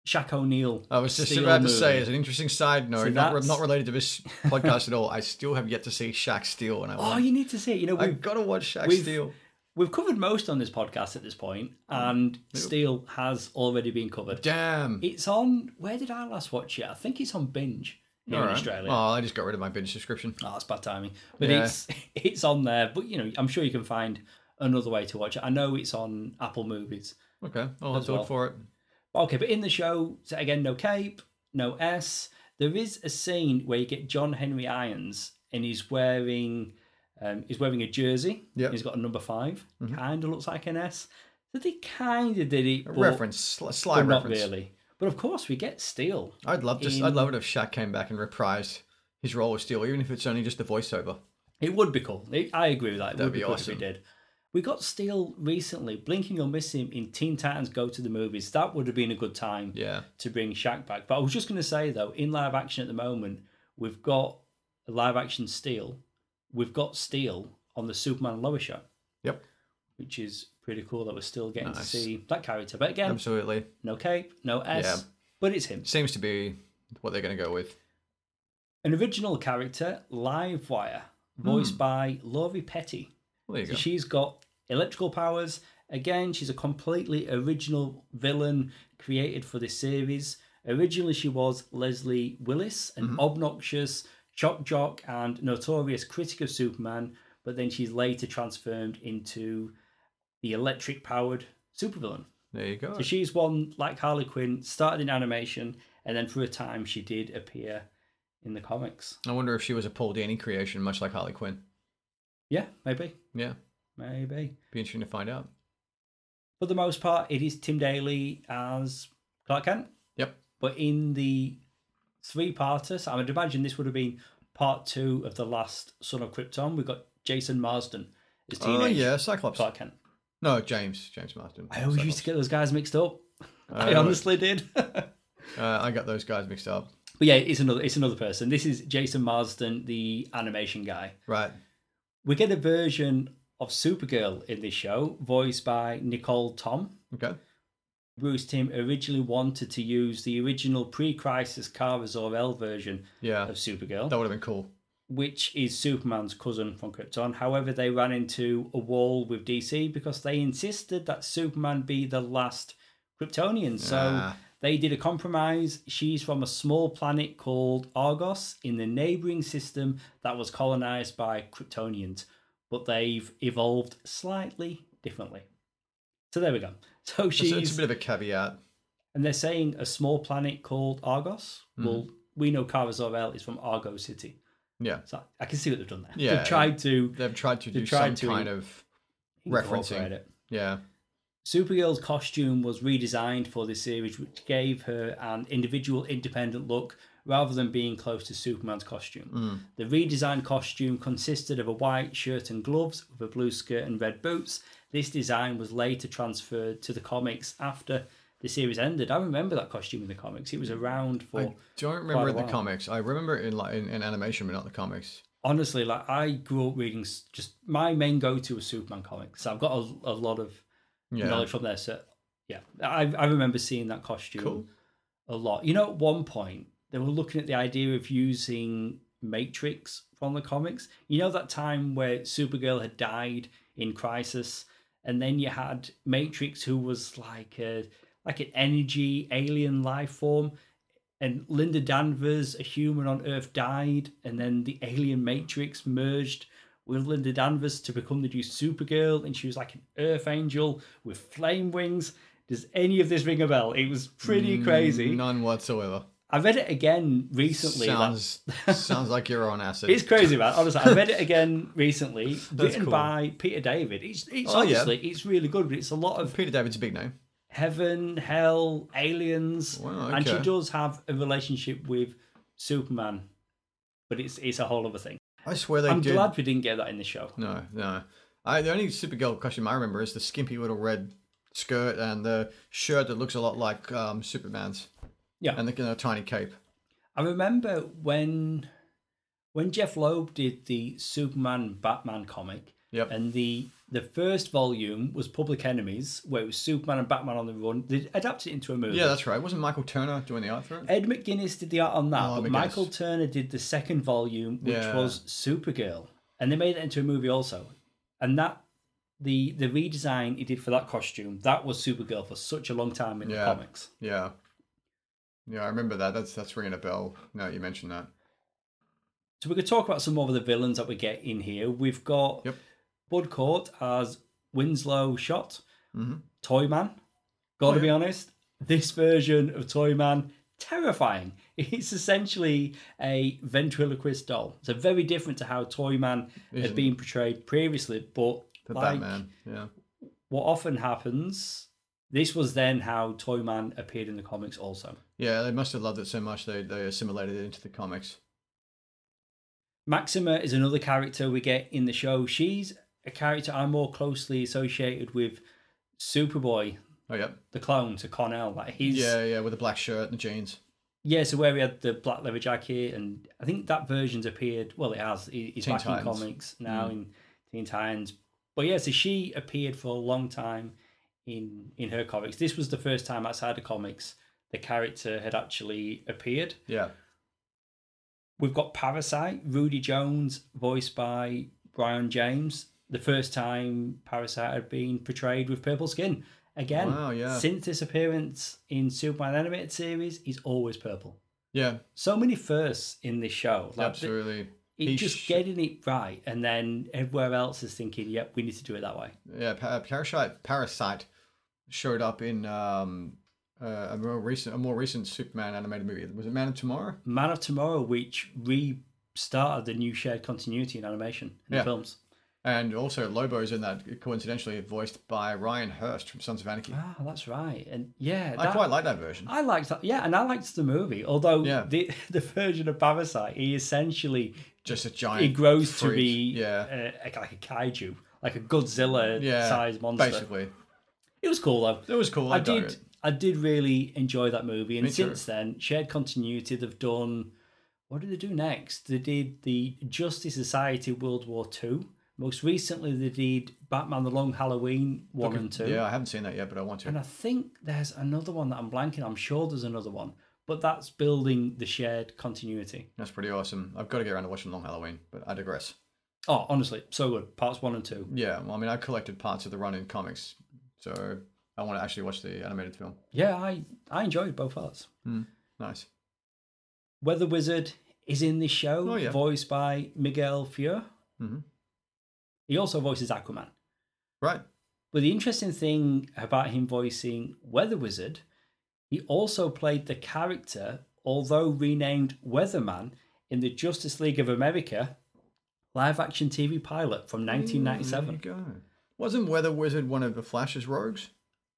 Shaq O'Neal. I was just Steel about to movie. say, as an interesting side note, not, re- that's- not related to this podcast at all, I still have yet to see Shaq Steel, and I Oh, want. you need to see it. You know, I we've, gotta watch Shaq we've- Steel. we've covered most on this podcast at this point, Mm. and Steel has already been covered. Damn. It's on. Where did I last watch it? I think it's on binge here in Alright. Australia. Oh. Oh, I just got rid of my binge subscription. that's bad timing. But Yeah. it's it's on there. But you know, I'm sure you can find another way to watch it. I know it's on Apple Movies. Okay, I'll have to well. look for it. Okay, but in the show, so again, no cape, no S. There is a scene where you get John Henry Irons, and he's wearing um, he's wearing a jersey. Yep. Mm-hmm. He's got a number 5 Kind of looks like an S. So they kind of did it, A but, reference, sl- but slight not reference. really. But of course, we get Steel. I'd love to. In- I'd love it if Shaq came back and reprised his role as Steel, even if it's only just a voiceover. It would be cool. It- I agree with that. It That'd would be, be cool if awesome. we did. We got Steel recently. Blinking or miss him in Teen Titans Go to the Movies. That would have been a good time Yeah, to bring Shaq back. But I was just going to say though, in live action at the moment, we've got a live action Steel. We've got Steel on the Superman and Lois show. Yep. Which is pretty cool that we're still getting to Nice. see that character. But again, absolutely. no cape, no S, Yeah. but it's him. Seems to be what they're going to go with. An original character, Livewire, Hmm. voiced by Laurie Petty. Well, there you So go. she's got electrical powers. Again, she's a completely original villain created for this series. Originally, she was Leslie Willis, an Mm-hmm. obnoxious shock jock and notorious critic of Superman, but then she's later transformed into the electric powered supervillain. There you go. So she's one, like Harley Quinn, started in animation, and then for a time she did appear in the comics. I wonder if she was a Paul Dini creation, much like Harley Quinn. Yeah, maybe. Yeah, Maybe. be interesting to find out. for the most part, it is Tim Daly as Clark Kent. Yep. But in the three-parter, so I would imagine this would have been part two of the last Son of Krypton. We've got Jason Marsden as teenage Oh yeah, Cyclops. Clark Kent. No, James. James Marsden. I always used to get those guys mixed up. I Uh, honestly did. but Uh, I got those guys mixed up. yeah, it's another it's another person. This is Jason Marsden, the animation guy. Right. We get a version of Supergirl in this show, voiced by Nicole Tom. Okay. Bruce Tim originally wanted to use the original pre-crisis Kara Zor-El version Yeah, of Supergirl, that would have been cool. which is Superman's cousin from Krypton. However, they ran into a wall with DC because they insisted that Superman be the last Kryptonian. So Ah. They did a compromise. She's from a small planet called Argos in the neighboring system that was colonized by Kryptonians, but they've evolved slightly differently. So there we go. So she's So it's a bit of a caveat. and they're saying a small planet called Argos. Hmm. Well, we know Kara Zor-El is from Argo City, Yeah. so I can see what they've done there. Yeah. they've tried to They've tried to They've do tried to some kind of incorporate referencing. it. yeah. Supergirl's costume was redesigned for this series, which gave her an individual, independent look rather than being close to Superman's Hmm. costume. The redesigned costume consisted of a white shirt and gloves with a blue skirt and red boots. This design was later transferred to the comics after the series ended. I remember that costume in the comics. It was around for I don't remember a in the while. comics. I remember in like in, in animation, but not the comics. honestly, like I grew up reading s- just my main go to was Superman comics. So I've got a, a lot of Yeah. knowledge from there. So yeah, I I remember seeing that costume Cool. a lot. You know, at one point they were looking at the idea of using Matrix from the comics. You know that time where Supergirl had died in Crisis, and then you had Matrix, who was like a like an energy alien life form. And Linda Danvers, a human on Earth, died, and then the alien Matrix merged with Linda Danvers to become the new Supergirl, and she was like an Earth angel with flame wings. Does any of this ring a bell? It was pretty crazy. None whatsoever. I read it again recently. like- Sounds sounds like you're on acid. it's crazy, man. Honestly, I read it again recently, written cool. by Peter David. It's, it's Oh, yeah. honestly, it's really good, but it's a lot of Peter David's a big name. heaven, hell, aliens, Wow, and she okay. does have a relationship with Superman, but it's it's a whole other thing. I swear they I'm did. glad we didn't get that in the show. No, no. I, the only Supergirl costume I remember is the skimpy little red skirt and the shirt that looks a lot like um, Superman's. Yeah. And the, and the tiny cape. I remember when when Jeff Loeb did the Superman Batman comic, Yep. and the the first volume was Public Enemies, where it was Superman and Batman on the run. They adapted it into a movie. yeah, that's right. Wasn't Michael Turner doing the art for it? Ed McGuinness did the art on that, Oh, but McGuinness. Michael Turner did the second volume, which Yeah. was Supergirl, and they made it into a movie also. And that the the redesign he did for that costume that was Supergirl for such a long time in the Yeah. comics. Yeah. Yeah, I remember that. That's that's ringing a bell. Now that you mentioned that. So we could talk about some more of the villains that we get in here. We've got Yep. Bud Court as Winslow Shot, Mhm. Toyman. Got to Oh, yeah. be honest, this version of Toyman terrifying. It's essentially a ventriloquist doll. So very different to how Toyman had Isn't- been portrayed previously, but The like Batman. Yeah. what often happens, this was then how Toyman appeared in the comics also. Yeah, they must have loved it so much they, they assimilated it into the comics. Maxima is another character we get in the show. She's a character I'm more closely associated with Superboy, Oh, yep. the clone, to Connell. Like he's yeah. Yeah, yeah, with the black shirt and the jeans. so where we had the black leather jacket, and I think that version's appeared. Well, it has. He- He's Teen back in Titans. Mm. comics now in Teen Titans. But yeah, so she appeared for a long time in in her comics. This was the first time outside of comics the character had actually appeared. Yeah. We've got Parasite, Rudy Jones, voiced by Brian James. The first time Parasite had been portrayed with purple skin. Again, Wow, yeah. since his appearance in Superman animated series, he's always purple. Yeah, So many firsts in this show. Like th- absolutely. it He just sh- getting it right, and then everywhere else is thinking, "Yep, we need to do it that way." Yeah, pa- parasite parasite showed up in um, uh, a more recent a more recent Superman animated movie. Was it Man of Tomorrow? Man of Tomorrow, which restarted the new shared continuity in animation in Yeah. the films. And also Lobo's in that, coincidentally voiced by Ryan Hurst from Sons of Anarchy. Ah, that's right, and yeah, I that- quite like that version. I liked that. Yeah, and I liked the movie. Although Yeah. the the version of Parasite, he essentially Just a giant. he grows to freak. be yeah, uh, like a kaiju, like a Godzilla yeah, sized monster. Basically, It was cool though. it was cool. I, I dug did. it. I did really enjoy that movie, and Me too. since then, shared continuity. They've done. What did they do next? They did the Justice Society World War Two. Most recently, they did Batman: The Long Halloween one and two. Yeah, I haven't seen that yet, but I want to. And I think there's another one that I'm blanking. I'm sure there's another one, but that's building the shared continuity. That's pretty awesome. I've got to get around to watching Long Halloween, but I digress. Oh, honestly, so good. Parts one and two. Yeah, well, I mean, I collected parts of the run in comics, so I want to actually watch the animated film. Yeah, I, I enjoyed both parts. Nice. Weather Wizard is in this show, Oh, yeah. voiced by Miguel Fior. Mhm. He also voices Aquaman. Right. But the interesting thing about him voicing Weather Wizard, he also played the character, although renamed Weatherman, in the Justice League of America live action TV pilot from 1997. There you go. Wasn't Weather Wizard one of the Flash's rogues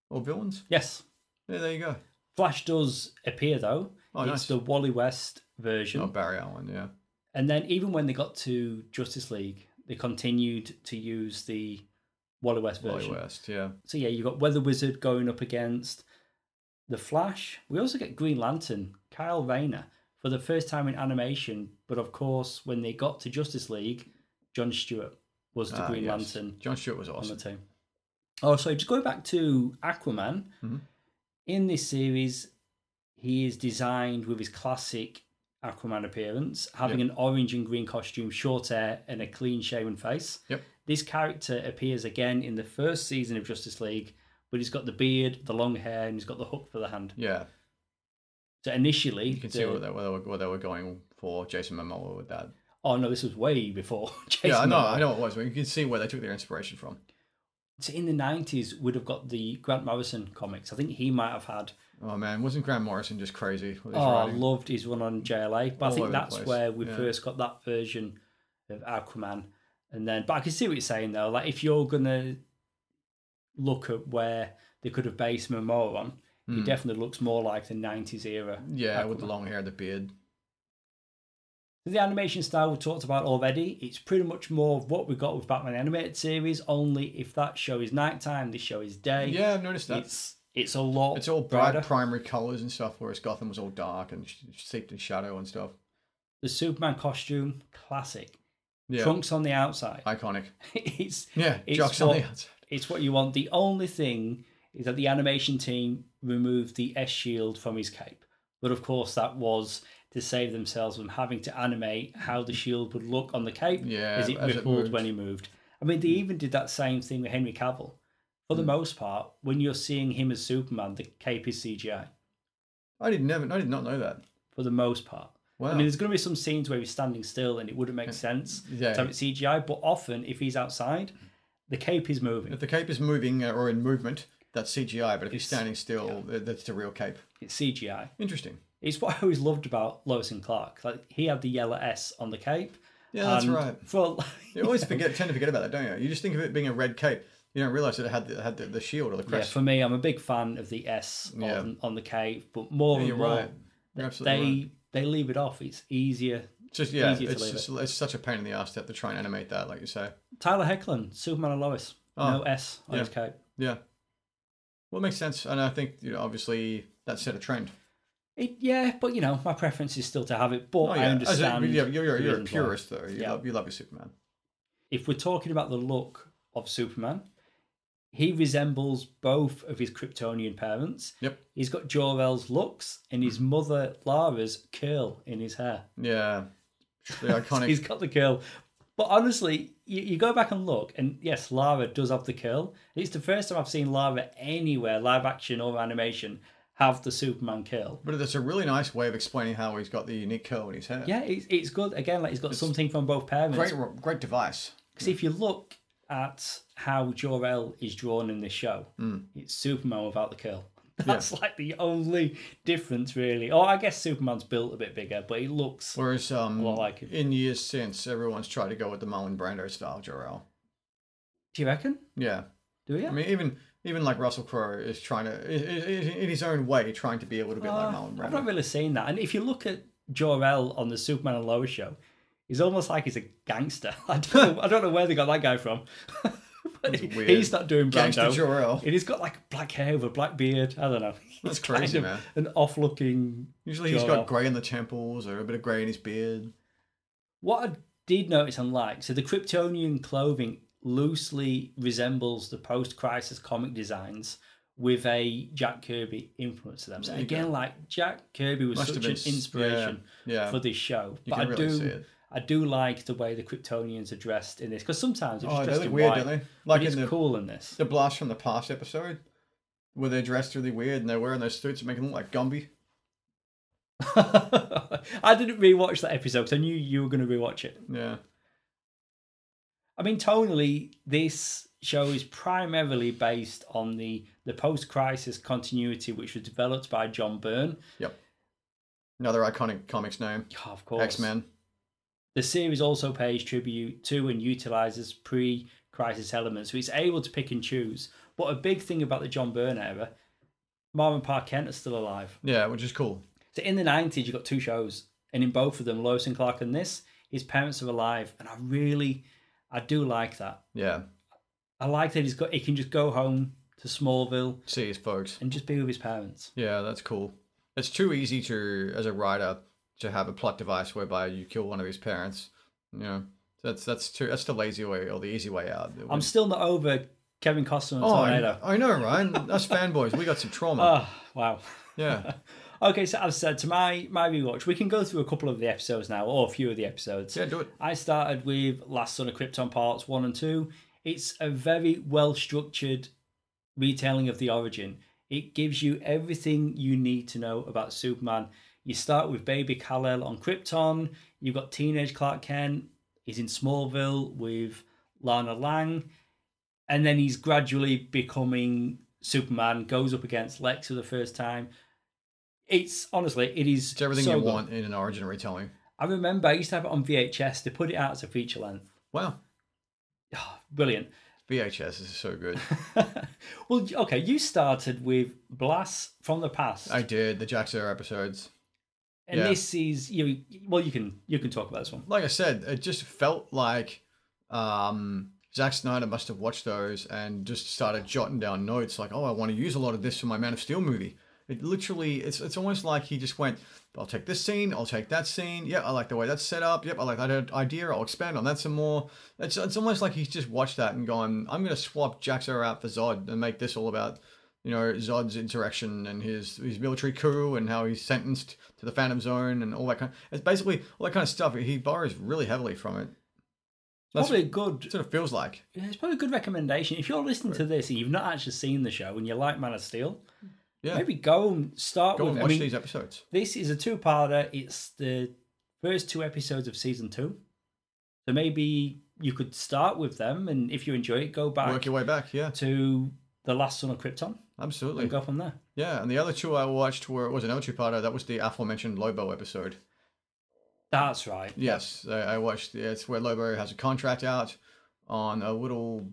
or villains? Yes. Yeah, there you go. Flash does appear though. Oh, it's nice. the Wally West version. Oh, Barry Allen, yeah. And then even when they got to Justice League, they continued to use the Wally West version. Wally West, yeah. So yeah, you've got Weather Wizard going up against the Flash. We also get Green Lantern, Kyle Rayner, for the first time in animation. But of course, when they got to Justice League, John Stewart was the Ah, Green yes. Lantern John Stewart was awesome. on the team. Oh, sorry, just going back to Aquaman. Mhm. In this series, he is designed with his classic Aquaman appearance, having an orange and green costume, short hair, and a clean shaven face. Yep. This character appears again in the first season of Justice League, but he's got the beard, the long hair, and he's got the hook for the hand. Yeah, So initially, you can see where they, where, they were, where they were going for Jason Momoa with that. oh no, this was way before. Jason yeah, I know, Momoa. I know it was, but you can see where they took their inspiration from. So in the nineties, would have got the Grant Morrison comics. I think he might have had Oh man, wasn't Grant Morrison just crazy? With his Oh, I writing? loved his one on JLA, but All I over think the that's place, where we yeah. first got that version of Aquaman. And then, but I can see what you're saying though. Like, if you're gonna look at where they could have based Momoa on, he definitely looks more like the '90s era. Hmm. yeah, with the Aquaman. long hair, the beard. The animation style we talked about already. It's pretty much more of what we got with Batman the animated series. Only if that show is nighttime, this show is day. Yeah, I've noticed that. it's it's a lot. It's all bright brighter. primary colors and stuff, whereas Gotham was all dark and sh- steeped in shadow and stuff. The Superman costume, classic. Yeah, Trunks on the outside. iconic. it's Yeah, It's jocks what- on the outside. It's what you want. The only thing is that the animation team removed the S shield from his cape. But of course, that was to save themselves from having to animate how the shield would look on the cape Yeah, as it as it rippled moved. Hmm. when he moved. I mean, they even did that same thing with Henry Cavill. For the most part, when you're seeing him as Superman, the cape is CGI. I did never, I did not know that. For the most part. Wow. I mean, there's going to be some scenes where he's standing still and it wouldn't make sense Yeah. to have it CGI, but often if he's outside, the cape is moving. if the cape is moving uh, or in movement, that's CGI. But if he's It's- standing still, th that's the real cape. It's CGI. Interesting. It's what I always loved about Lois and Clark. Like he had the yellow S on the cape. Yeah, that's and right. For You always forget, tend to forget about that, don't you? You just think of it being a red cape. You don't realize that it had the, had the, the shield or the yeah, crest. for me, I'm a big fan of the S Yeah. on, on the cape, but more you're and more right. You're they absolutely right. they leave it off. It's easier. It's Just yeah, easier to it's leave just, it's such a pain in the ass to have to try and animate that, like you say. Tyler Hecklin, Superman and Lois, no S on Oh, yeah. his cape. Yeah. Well, it makes sense, and I think you know, obviously, that set a trend. It, yeah, but you know, my preference is still to have it. But Oh, I yeah. As a- understand. yeah, you're, you're, the you're a reasons why. purist, though. You, Yeah. love, you love your Superman. If we're talking about the look of Superman, he resembles both of his Kryptonian parents. Yep. He's got Jor-El's looks and his mother Lara's curl in his hair. Yeah. The So iconic. He's got the curl. But honestly, you, you go back and look, and yes, Lara does have the curl. It's the first time I've seen Lara anywhere, live action or animation, have the Superman curl. But that's a really nice way of explaining how he's got the unique curl in his hair. Yeah, it's, it's good. Again, like he's got something from both parents. Great, great device. Because if you look at how Jor-El is drawn in this show, it's Superman without the curl. That's like the only difference, really. Or I guess Superman's built a bit bigger, but he looks Whereas, um, lot like it. in years since, everyone's tried to go with the Marlon Brando style Jor-El. Do you reckon? Yeah. Do you? I mean, even even like Russell Crowe is trying to, i- i- i- in his own way, trying to be a little bit like Uh, Marlon I've not Brando. really seen that. And if you look at Jor-El on the Superman and Lois show, he's almost like he's a gangster. I don't know, I don't know where they got that guy from. but he- weird. he's not doing Brando. Gangster Jor-El. And he's got like black hair with a black beard. I don't know. That's He's kind crazy, of man. An off-looking. Usually he's Jor-El. got grey in the temples or a bit of grey in his beard. What I did notice and like, so the Kryptonian clothing loosely resembles the post-crisis comic designs. With a Jack Kirby influence to them, so There you again, go. like Jack Kirby was Must such have an been s- yeah, inspiration yeah. for this show. You but can I really do, see it. I do like the way the Kryptonians are dressed in this because sometimes they're just Oh, they dressed look in weird, white. don't they? But Like it's in the, cool in this. the blast from the past episode, where they're dressed really weird and they're wearing those suits and making them look like Gumby. I didn't rewatch that episode 'cause I knew you were going to rewatch it. Yeah. I mean, tonally, this show is primarily based on the, the post crisis continuity, which was developed by John Byrne. Another iconic comics name. Oh, of course. X Men. The series also pays tribute to and utilizes pre crisis elements, so it's able to pick and choose. But a big thing about the John Byrne era, Marvin Park Kent is still alive. Yeah, which is cool. So in the 90s, you've got two shows, and in both of them, Lois and Clark and this, his parents are alive. And I really, I do like that. Yeah. I like that he's got, he can just go home to Smallville See his folks. and just be with his parents. Yeah, that's cool. It's too easy to, as a writer, to have a plot device whereby you kill one of his parents. You know, that's that's too that's the lazy way or the easy way out. I'm still not over Kevin Costner and oh, Tornado. I, I know, right? Us fanboys, we got some trauma. Oh, wow. yeah, Okay, so as I said, to my, my rewatch, we can go through a couple of the episodes now, or a few of the episodes. yeah, do it. I started with Last Son of Krypton parts one and two. It's a very well structured retelling of the origin. It gives you everything you need to know about Superman. You start with baby Kal-El on Krypton. You've got teenage Clark Kent. He's in Smallville with Lana Lang. And then he's gradually becoming Superman, goes up against Lex for the first time. It's honestly, it is It's everything so you good. want in an origin retelling. I remember I used to have it on VHS. They put it out as a feature length. Wow, Brilliant. VHS is so good. well, okay, you started with Blast from the Past, I did the Jack Sparrow episodes. and yeah. this is you. Well, you can you can talk about this one. Like I said, it just felt like um, Zack Snyder must have watched those and just started jotting down notes. Like, oh, I want to use a lot of this for my Man of Steel movie. It literally, it's it's almost like he just went, I'll take this scene, I'll take that scene. Yep, I like the way that's set up. Yep, I like that idea. I'll expand on that some more. It's it's almost like he's just watched that and gone, I'm gonna swap Jack Sparrow out for Zod and make this all about. You know Zod's interaction and his his military coup and how he's sentenced to the Phantom Zone and all that kind. it's basically all that kind of stuff. He borrows really heavily from it. That's- probably a good. It sort of feels like yeah, It's probably a good recommendation if you're listening to this and you've not actually seen the show and you like Man of Steel. Yeah. Maybe go and start Go with. and I watch mean, these episodes. This is a two-parter. It's the first two episodes of season two, so maybe you could start with them, and if you enjoy it, go back Work your way back. Yeah, to the Last Son of Krypton absolutely. and go from there. Yeah, and the other two I watched were it was an El Chupada. That was the aforementioned Lobo episode. That's right. Yes, I, I watched. yeah, It's where Lobo has a contract out on a little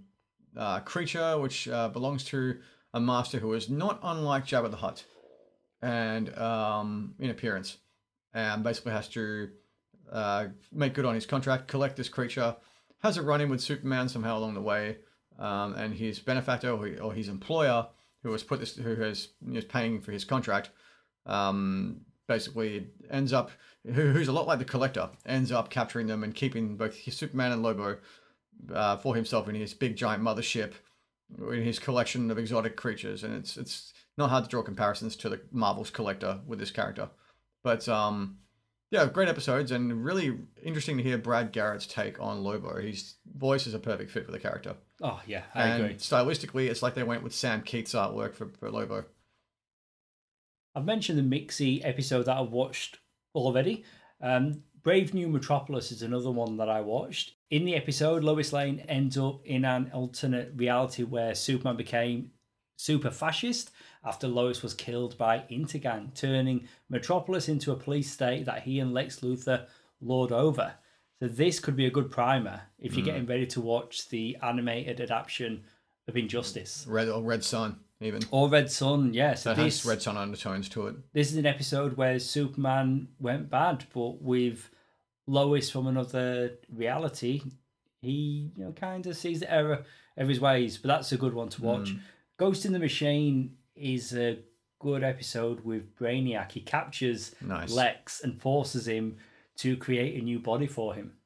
uh, creature which uh, belongs to a master who is not unlike Jabba the Hutt, and um, in appearance, and basically has to uh, make good on his contract, collect this creature, has a run-in with Superman somehow along the way, um, and his benefactor or, or his employer, who has put this, who has is paying for his contract, um, basically ends up who, who's a lot like the collector ends up capturing them and keeping both Superman and Lobo uh, for himself in his big giant mothership in his collection of exotic creatures and it's it's not hard to draw comparisons to the Marvel's collector with this character but um yeah great episodes and really interesting to hear Brad Garrett's take on Lobo his voice is a perfect fit for the character Oh yeah, I and agree. stylistically it's like they went with Sam Keats artwork for, for Lobo I've mentioned the Mixie episode that I've watched already. Um, Brave New Metropolis is another one that I watched. In the episode, Lois Lane ends up in an alternate reality where Superman became super fascist after Lois was killed by Intergang, turning Metropolis into a police state that he and Lex Luthor lord over. So this could be a good primer if Hmm. you're getting ready to watch the animated adaptation of Injustice. Red or Red Sun even Or Red Sun, yes. that has Red Sun undertones to it this is an episode where Superman went bad, but with Lois from another reality, he you know kind of sees the error of his ways. But that's a good one to Hmm. watch. Ghost in the Machine is a good episode with Brainiac. He captures Nice. Lex and forces him to create a new body for him.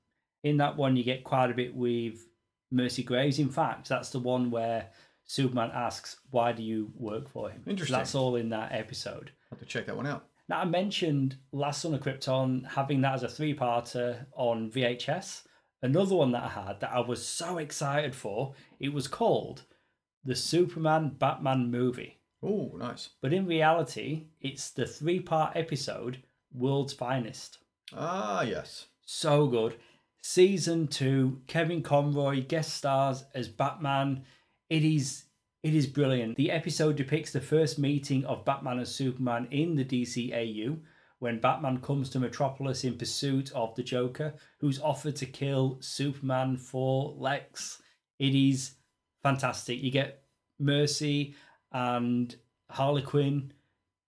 In that one, you get quite a bit with Mercy Graves. In fact, that's the one where Superman asks, "Why do you work for him?" So Interesting. that's all in that episode. Have to check that one out. Now, I mentioned Last Son of Krypton having that as a three parter on VHS. Another one that I had that I was so excited for, it was called The Superman Batman Movie. Oh, nice. But in reality, it's the three part episode World's Finest. Ah, yes. So good. Season two, Kevin Conroy guest stars as Batman. It is it is brilliant. The episode depicts the first meeting of Batman and Superman in the DCAU when Batman comes to Metropolis in pursuit of the Joker, who's offered to kill Superman for Lex. It is fantastic. You get Mercy and Harlequin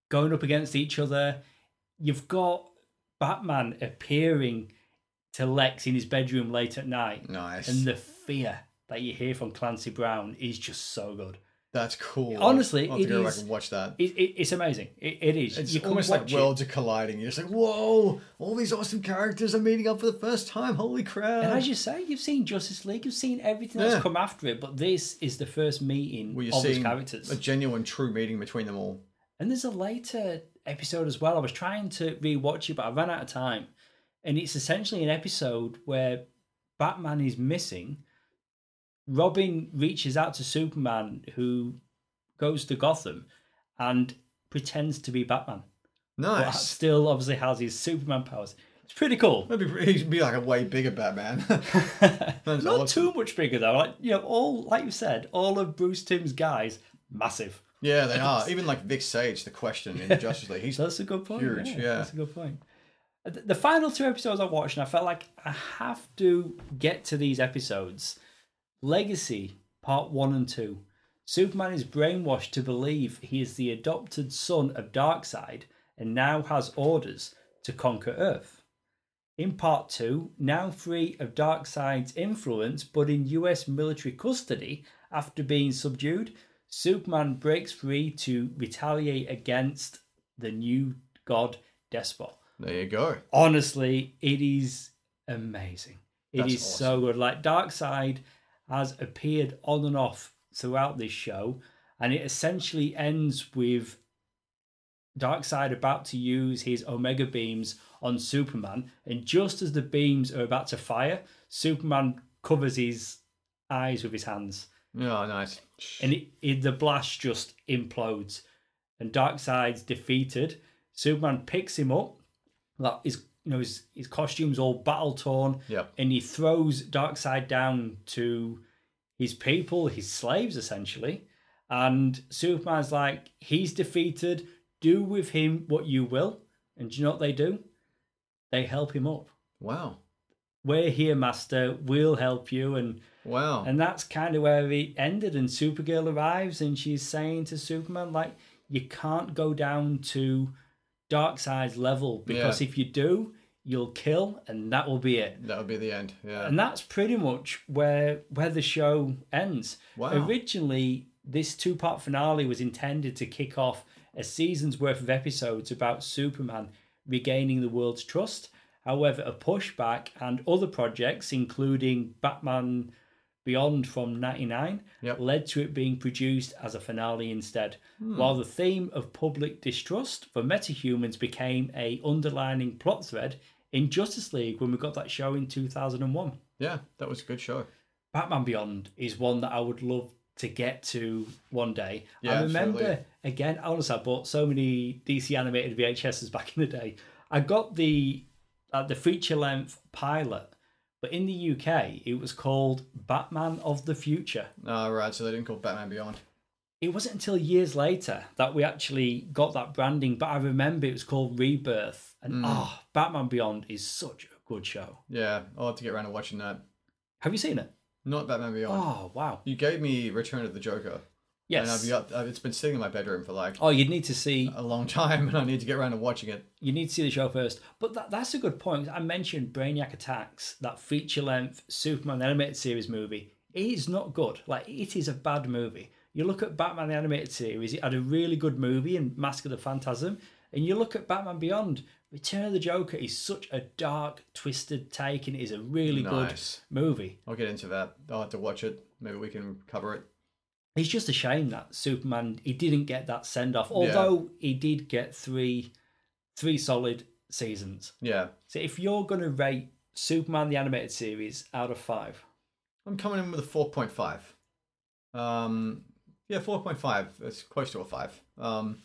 going up against each other. You've got Batman appearing to Lex in his bedroom late at night, Nice. and the fear that you hear from Clancy Brown is just so good. That's cool. Honestly, I'll have to it go back is- and watch that. It, it, it's amazing. It, it is. It's You can almost like watch it. worlds are colliding. You're just like, whoa, all these awesome characters are meeting up for the first time. Holy crap. And as you say, you've seen Justice League, you've seen everything Yeah. that's come after it, but this is the first meeting Where you're of these seeing characters. a genuine, true meeting between them all. And there's a later episode as well. I was trying to rewatch it, but I ran out of time. And it's essentially an episode where Batman is missing. Robin reaches out to Superman, who goes to Gotham and pretends to be Batman, but Nice. still obviously has his Superman powers. It's pretty cool. That'd be, pre- he'd be like a way bigger Batman. Not awesome. too much bigger though. Like you know, all like you said, all of Bruce Timm's guys, massive. yeah, they are. Even like Vic Sage, the question in Justice League. He's So that's a good point. Huge, yeah. That's a good point. The the final two episodes I watched, and I felt like I have to get to these episodes. Legacy, part one and two. Superman is brainwashed to believe he is the adopted son of Darkseid and now has orders to conquer Earth. In part two, now free of Darkseid's influence but in US military custody after being subdued, Superman breaks free to retaliate against the new god Despot. there you go. Honestly, it is amazing. It is That's so good. Like Darkseid has appeared on and off throughout this show, and it essentially ends with Darkseid about to use his Omega beams on Superman, and just as the beams are about to fire, Superman covers his eyes with his hands Yeah, nice. and it, it, the blast just implodes and darkseid's defeated superman picks him up like his you know his, his costume's all battle torn Yep. and he throws darkseid down to his people his slaves essentially and superman's like he's defeated do with him what you will and do you know what they do they help him up Wow. we're here master we'll help you and Wow. and that's kind of where it ended. And Supergirl arrives and she's saying to Superman, like, you can't go down to Darkseid's level because Yeah. if you do, you'll kill and that will be it. that would be the end. Yeah. And that's pretty much where where the show ends. Wow. Originally, this two part finale was intended to kick off a season's worth of episodes about Superman regaining the world's trust. However, a pushback and other projects, including Batman Beyond from 99, Yep. Hmm. led to it being produced as a finale instead. While the theme of public distrust for metahumans became a underlining plot thread in Justice League when we got that show in 2001. yeah, that was a good show. Batman Beyond is one that I would love to get to one day. I Yeah, remember absolutely. again, honestly, I bought so many DC animated VHSs back in the day. I got the uh, the feature length pilot, but in the UK it was called Batman of the Future. All Uh, right, so they didn't call Batman Beyond. It wasn't until years later that we actually got that branding, but I remember it was called Rebirth. Hmm. And ah, Batman Beyond is such a good show. Yeah, I'll have to get around to watching that. Have you seen it? Not Batman Beyond. Oh wow! You gave me Return of the Joker, and I've Yes. got I've- it's been sitting in my bedroom for like Oh, you'd need to see a long time, and I need to get around to watching it. you need to see the show first. But that, that's a good point. I mentioned Brainiac Attacks, that feature length Superman animated series movie. It is not good. Like, it is a bad movie. You look at Batman the animated series, it had a really good movie in Mask of the Phantasm. And you look at Batman Beyond, Return of the Joker is such a dark, twisted take, and it is a really Nice. good movie. I'll get into that. I'll have to watch it. Maybe we can cover it. It's just a shame that Superman he didn't get that send off. Although he did get three three solid seasons. Yeah, So if you're going to rate Superman the animated series out of five, I'm coming in with a 4.5. Um, Yeah, four point five. It's close to a five. Um,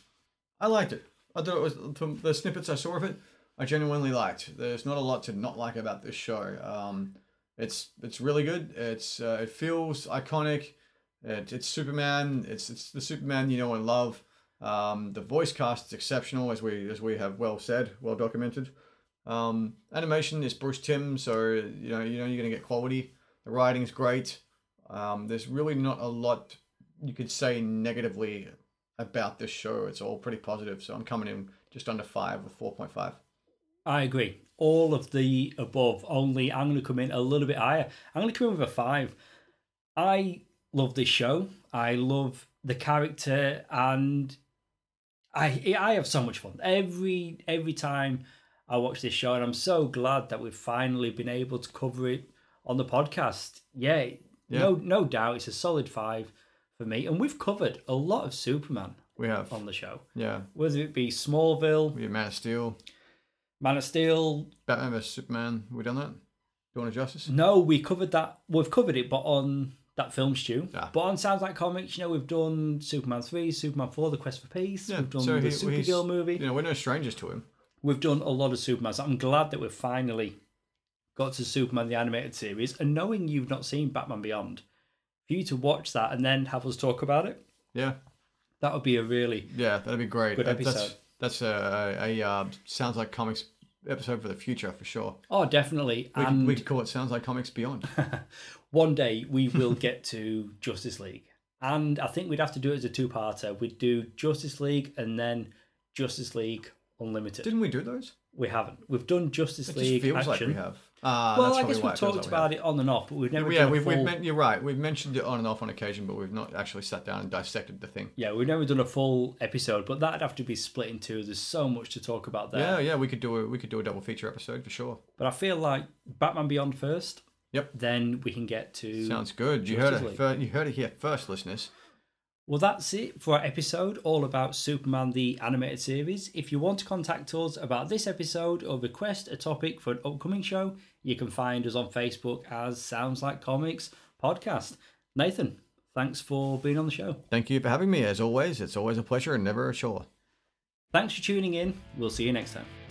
I liked it. I thought it was from the snippets I saw of it. I genuinely liked. There's not a lot to not like about this show. Um, it's it's really good. It's uh, it feels iconic. It, it's Superman. It's it's the Superman you know and love. Um, the voice cast is exceptional, as we as we have well said, well documented. Um, animation is Bruce Tim, so you know you know you're gonna get quality. The writing's great. Um, there's really not a lot you could say negatively about this show. It's all pretty positive. So I'm coming in just under five with four point five. I agree. All of the above. Only I'm going to come in a little bit higher. I'm going to come in with a five. I love this show. I love the character, and I I have so much fun every every time I watch this show, and I'm so glad that we've finally been able to cover it on the podcast. Yeah, no no doubt, it's a solid five for me, and we've covered a lot of Superman We have on the show, yeah, whether it be Smallville, we have Man of Steel, Man of Steel, Batman vs Superman. We done that. Dawn of Justice. No, we covered that. We've covered it, but on that film stew. Ah. But on Sounds Like Comics, you know, we've done Superman 3, Superman 4, The Quest for Peace. Yeah, we've done so the he- he's- Supergirl movie. You know we're no strangers to him. We've done a lot of Supermans. I'm glad that we've finally got to Superman the Animated Series. And knowing you've not seen Batman Beyond, for you to watch that and then have us talk about it, Yeah, that would be a really. yeah, that'd be great. Good That- episode. That's that's a, a, a uh, sounds like comics episode for the future for sure. Oh, definitely. We, and could, we could call it sounds like comics beyond. one day we will get to Justice League. And I think we'd have to do it as a two parter. We'd do Justice League and then Justice League Unlimited. Didn't we do those? we haven't. We've done Justice It just League feels action. like we have. Ah, well, that's I probably guess why we've it feels talked like we have. about it on and off, but we've never yeah, done a we've, full. we've meant, you're right. We've mentioned it on and off on occasion, but we've not actually sat down and dissected the thing. yeah, we've never done a full episode, but that'd have to be split in two. There's so much to talk about there. Yeah, yeah, we could do a we could do a double feature episode for sure. But I feel like Batman Beyond first. Yep. Then we can get to. Sounds good. You heard Justice it. League. Fir- you heard it here first, listeners. Well, that's it for our episode all about Superman the animated series. If you want to contact us about this episode or request a topic for an upcoming show, you can find us on Facebook as Sounds Like Comics Podcast. Nathan, thanks for being on the show. Thank you for having me. As always, it's always a pleasure and never a chore. Thanks for tuning in. We'll see you next time.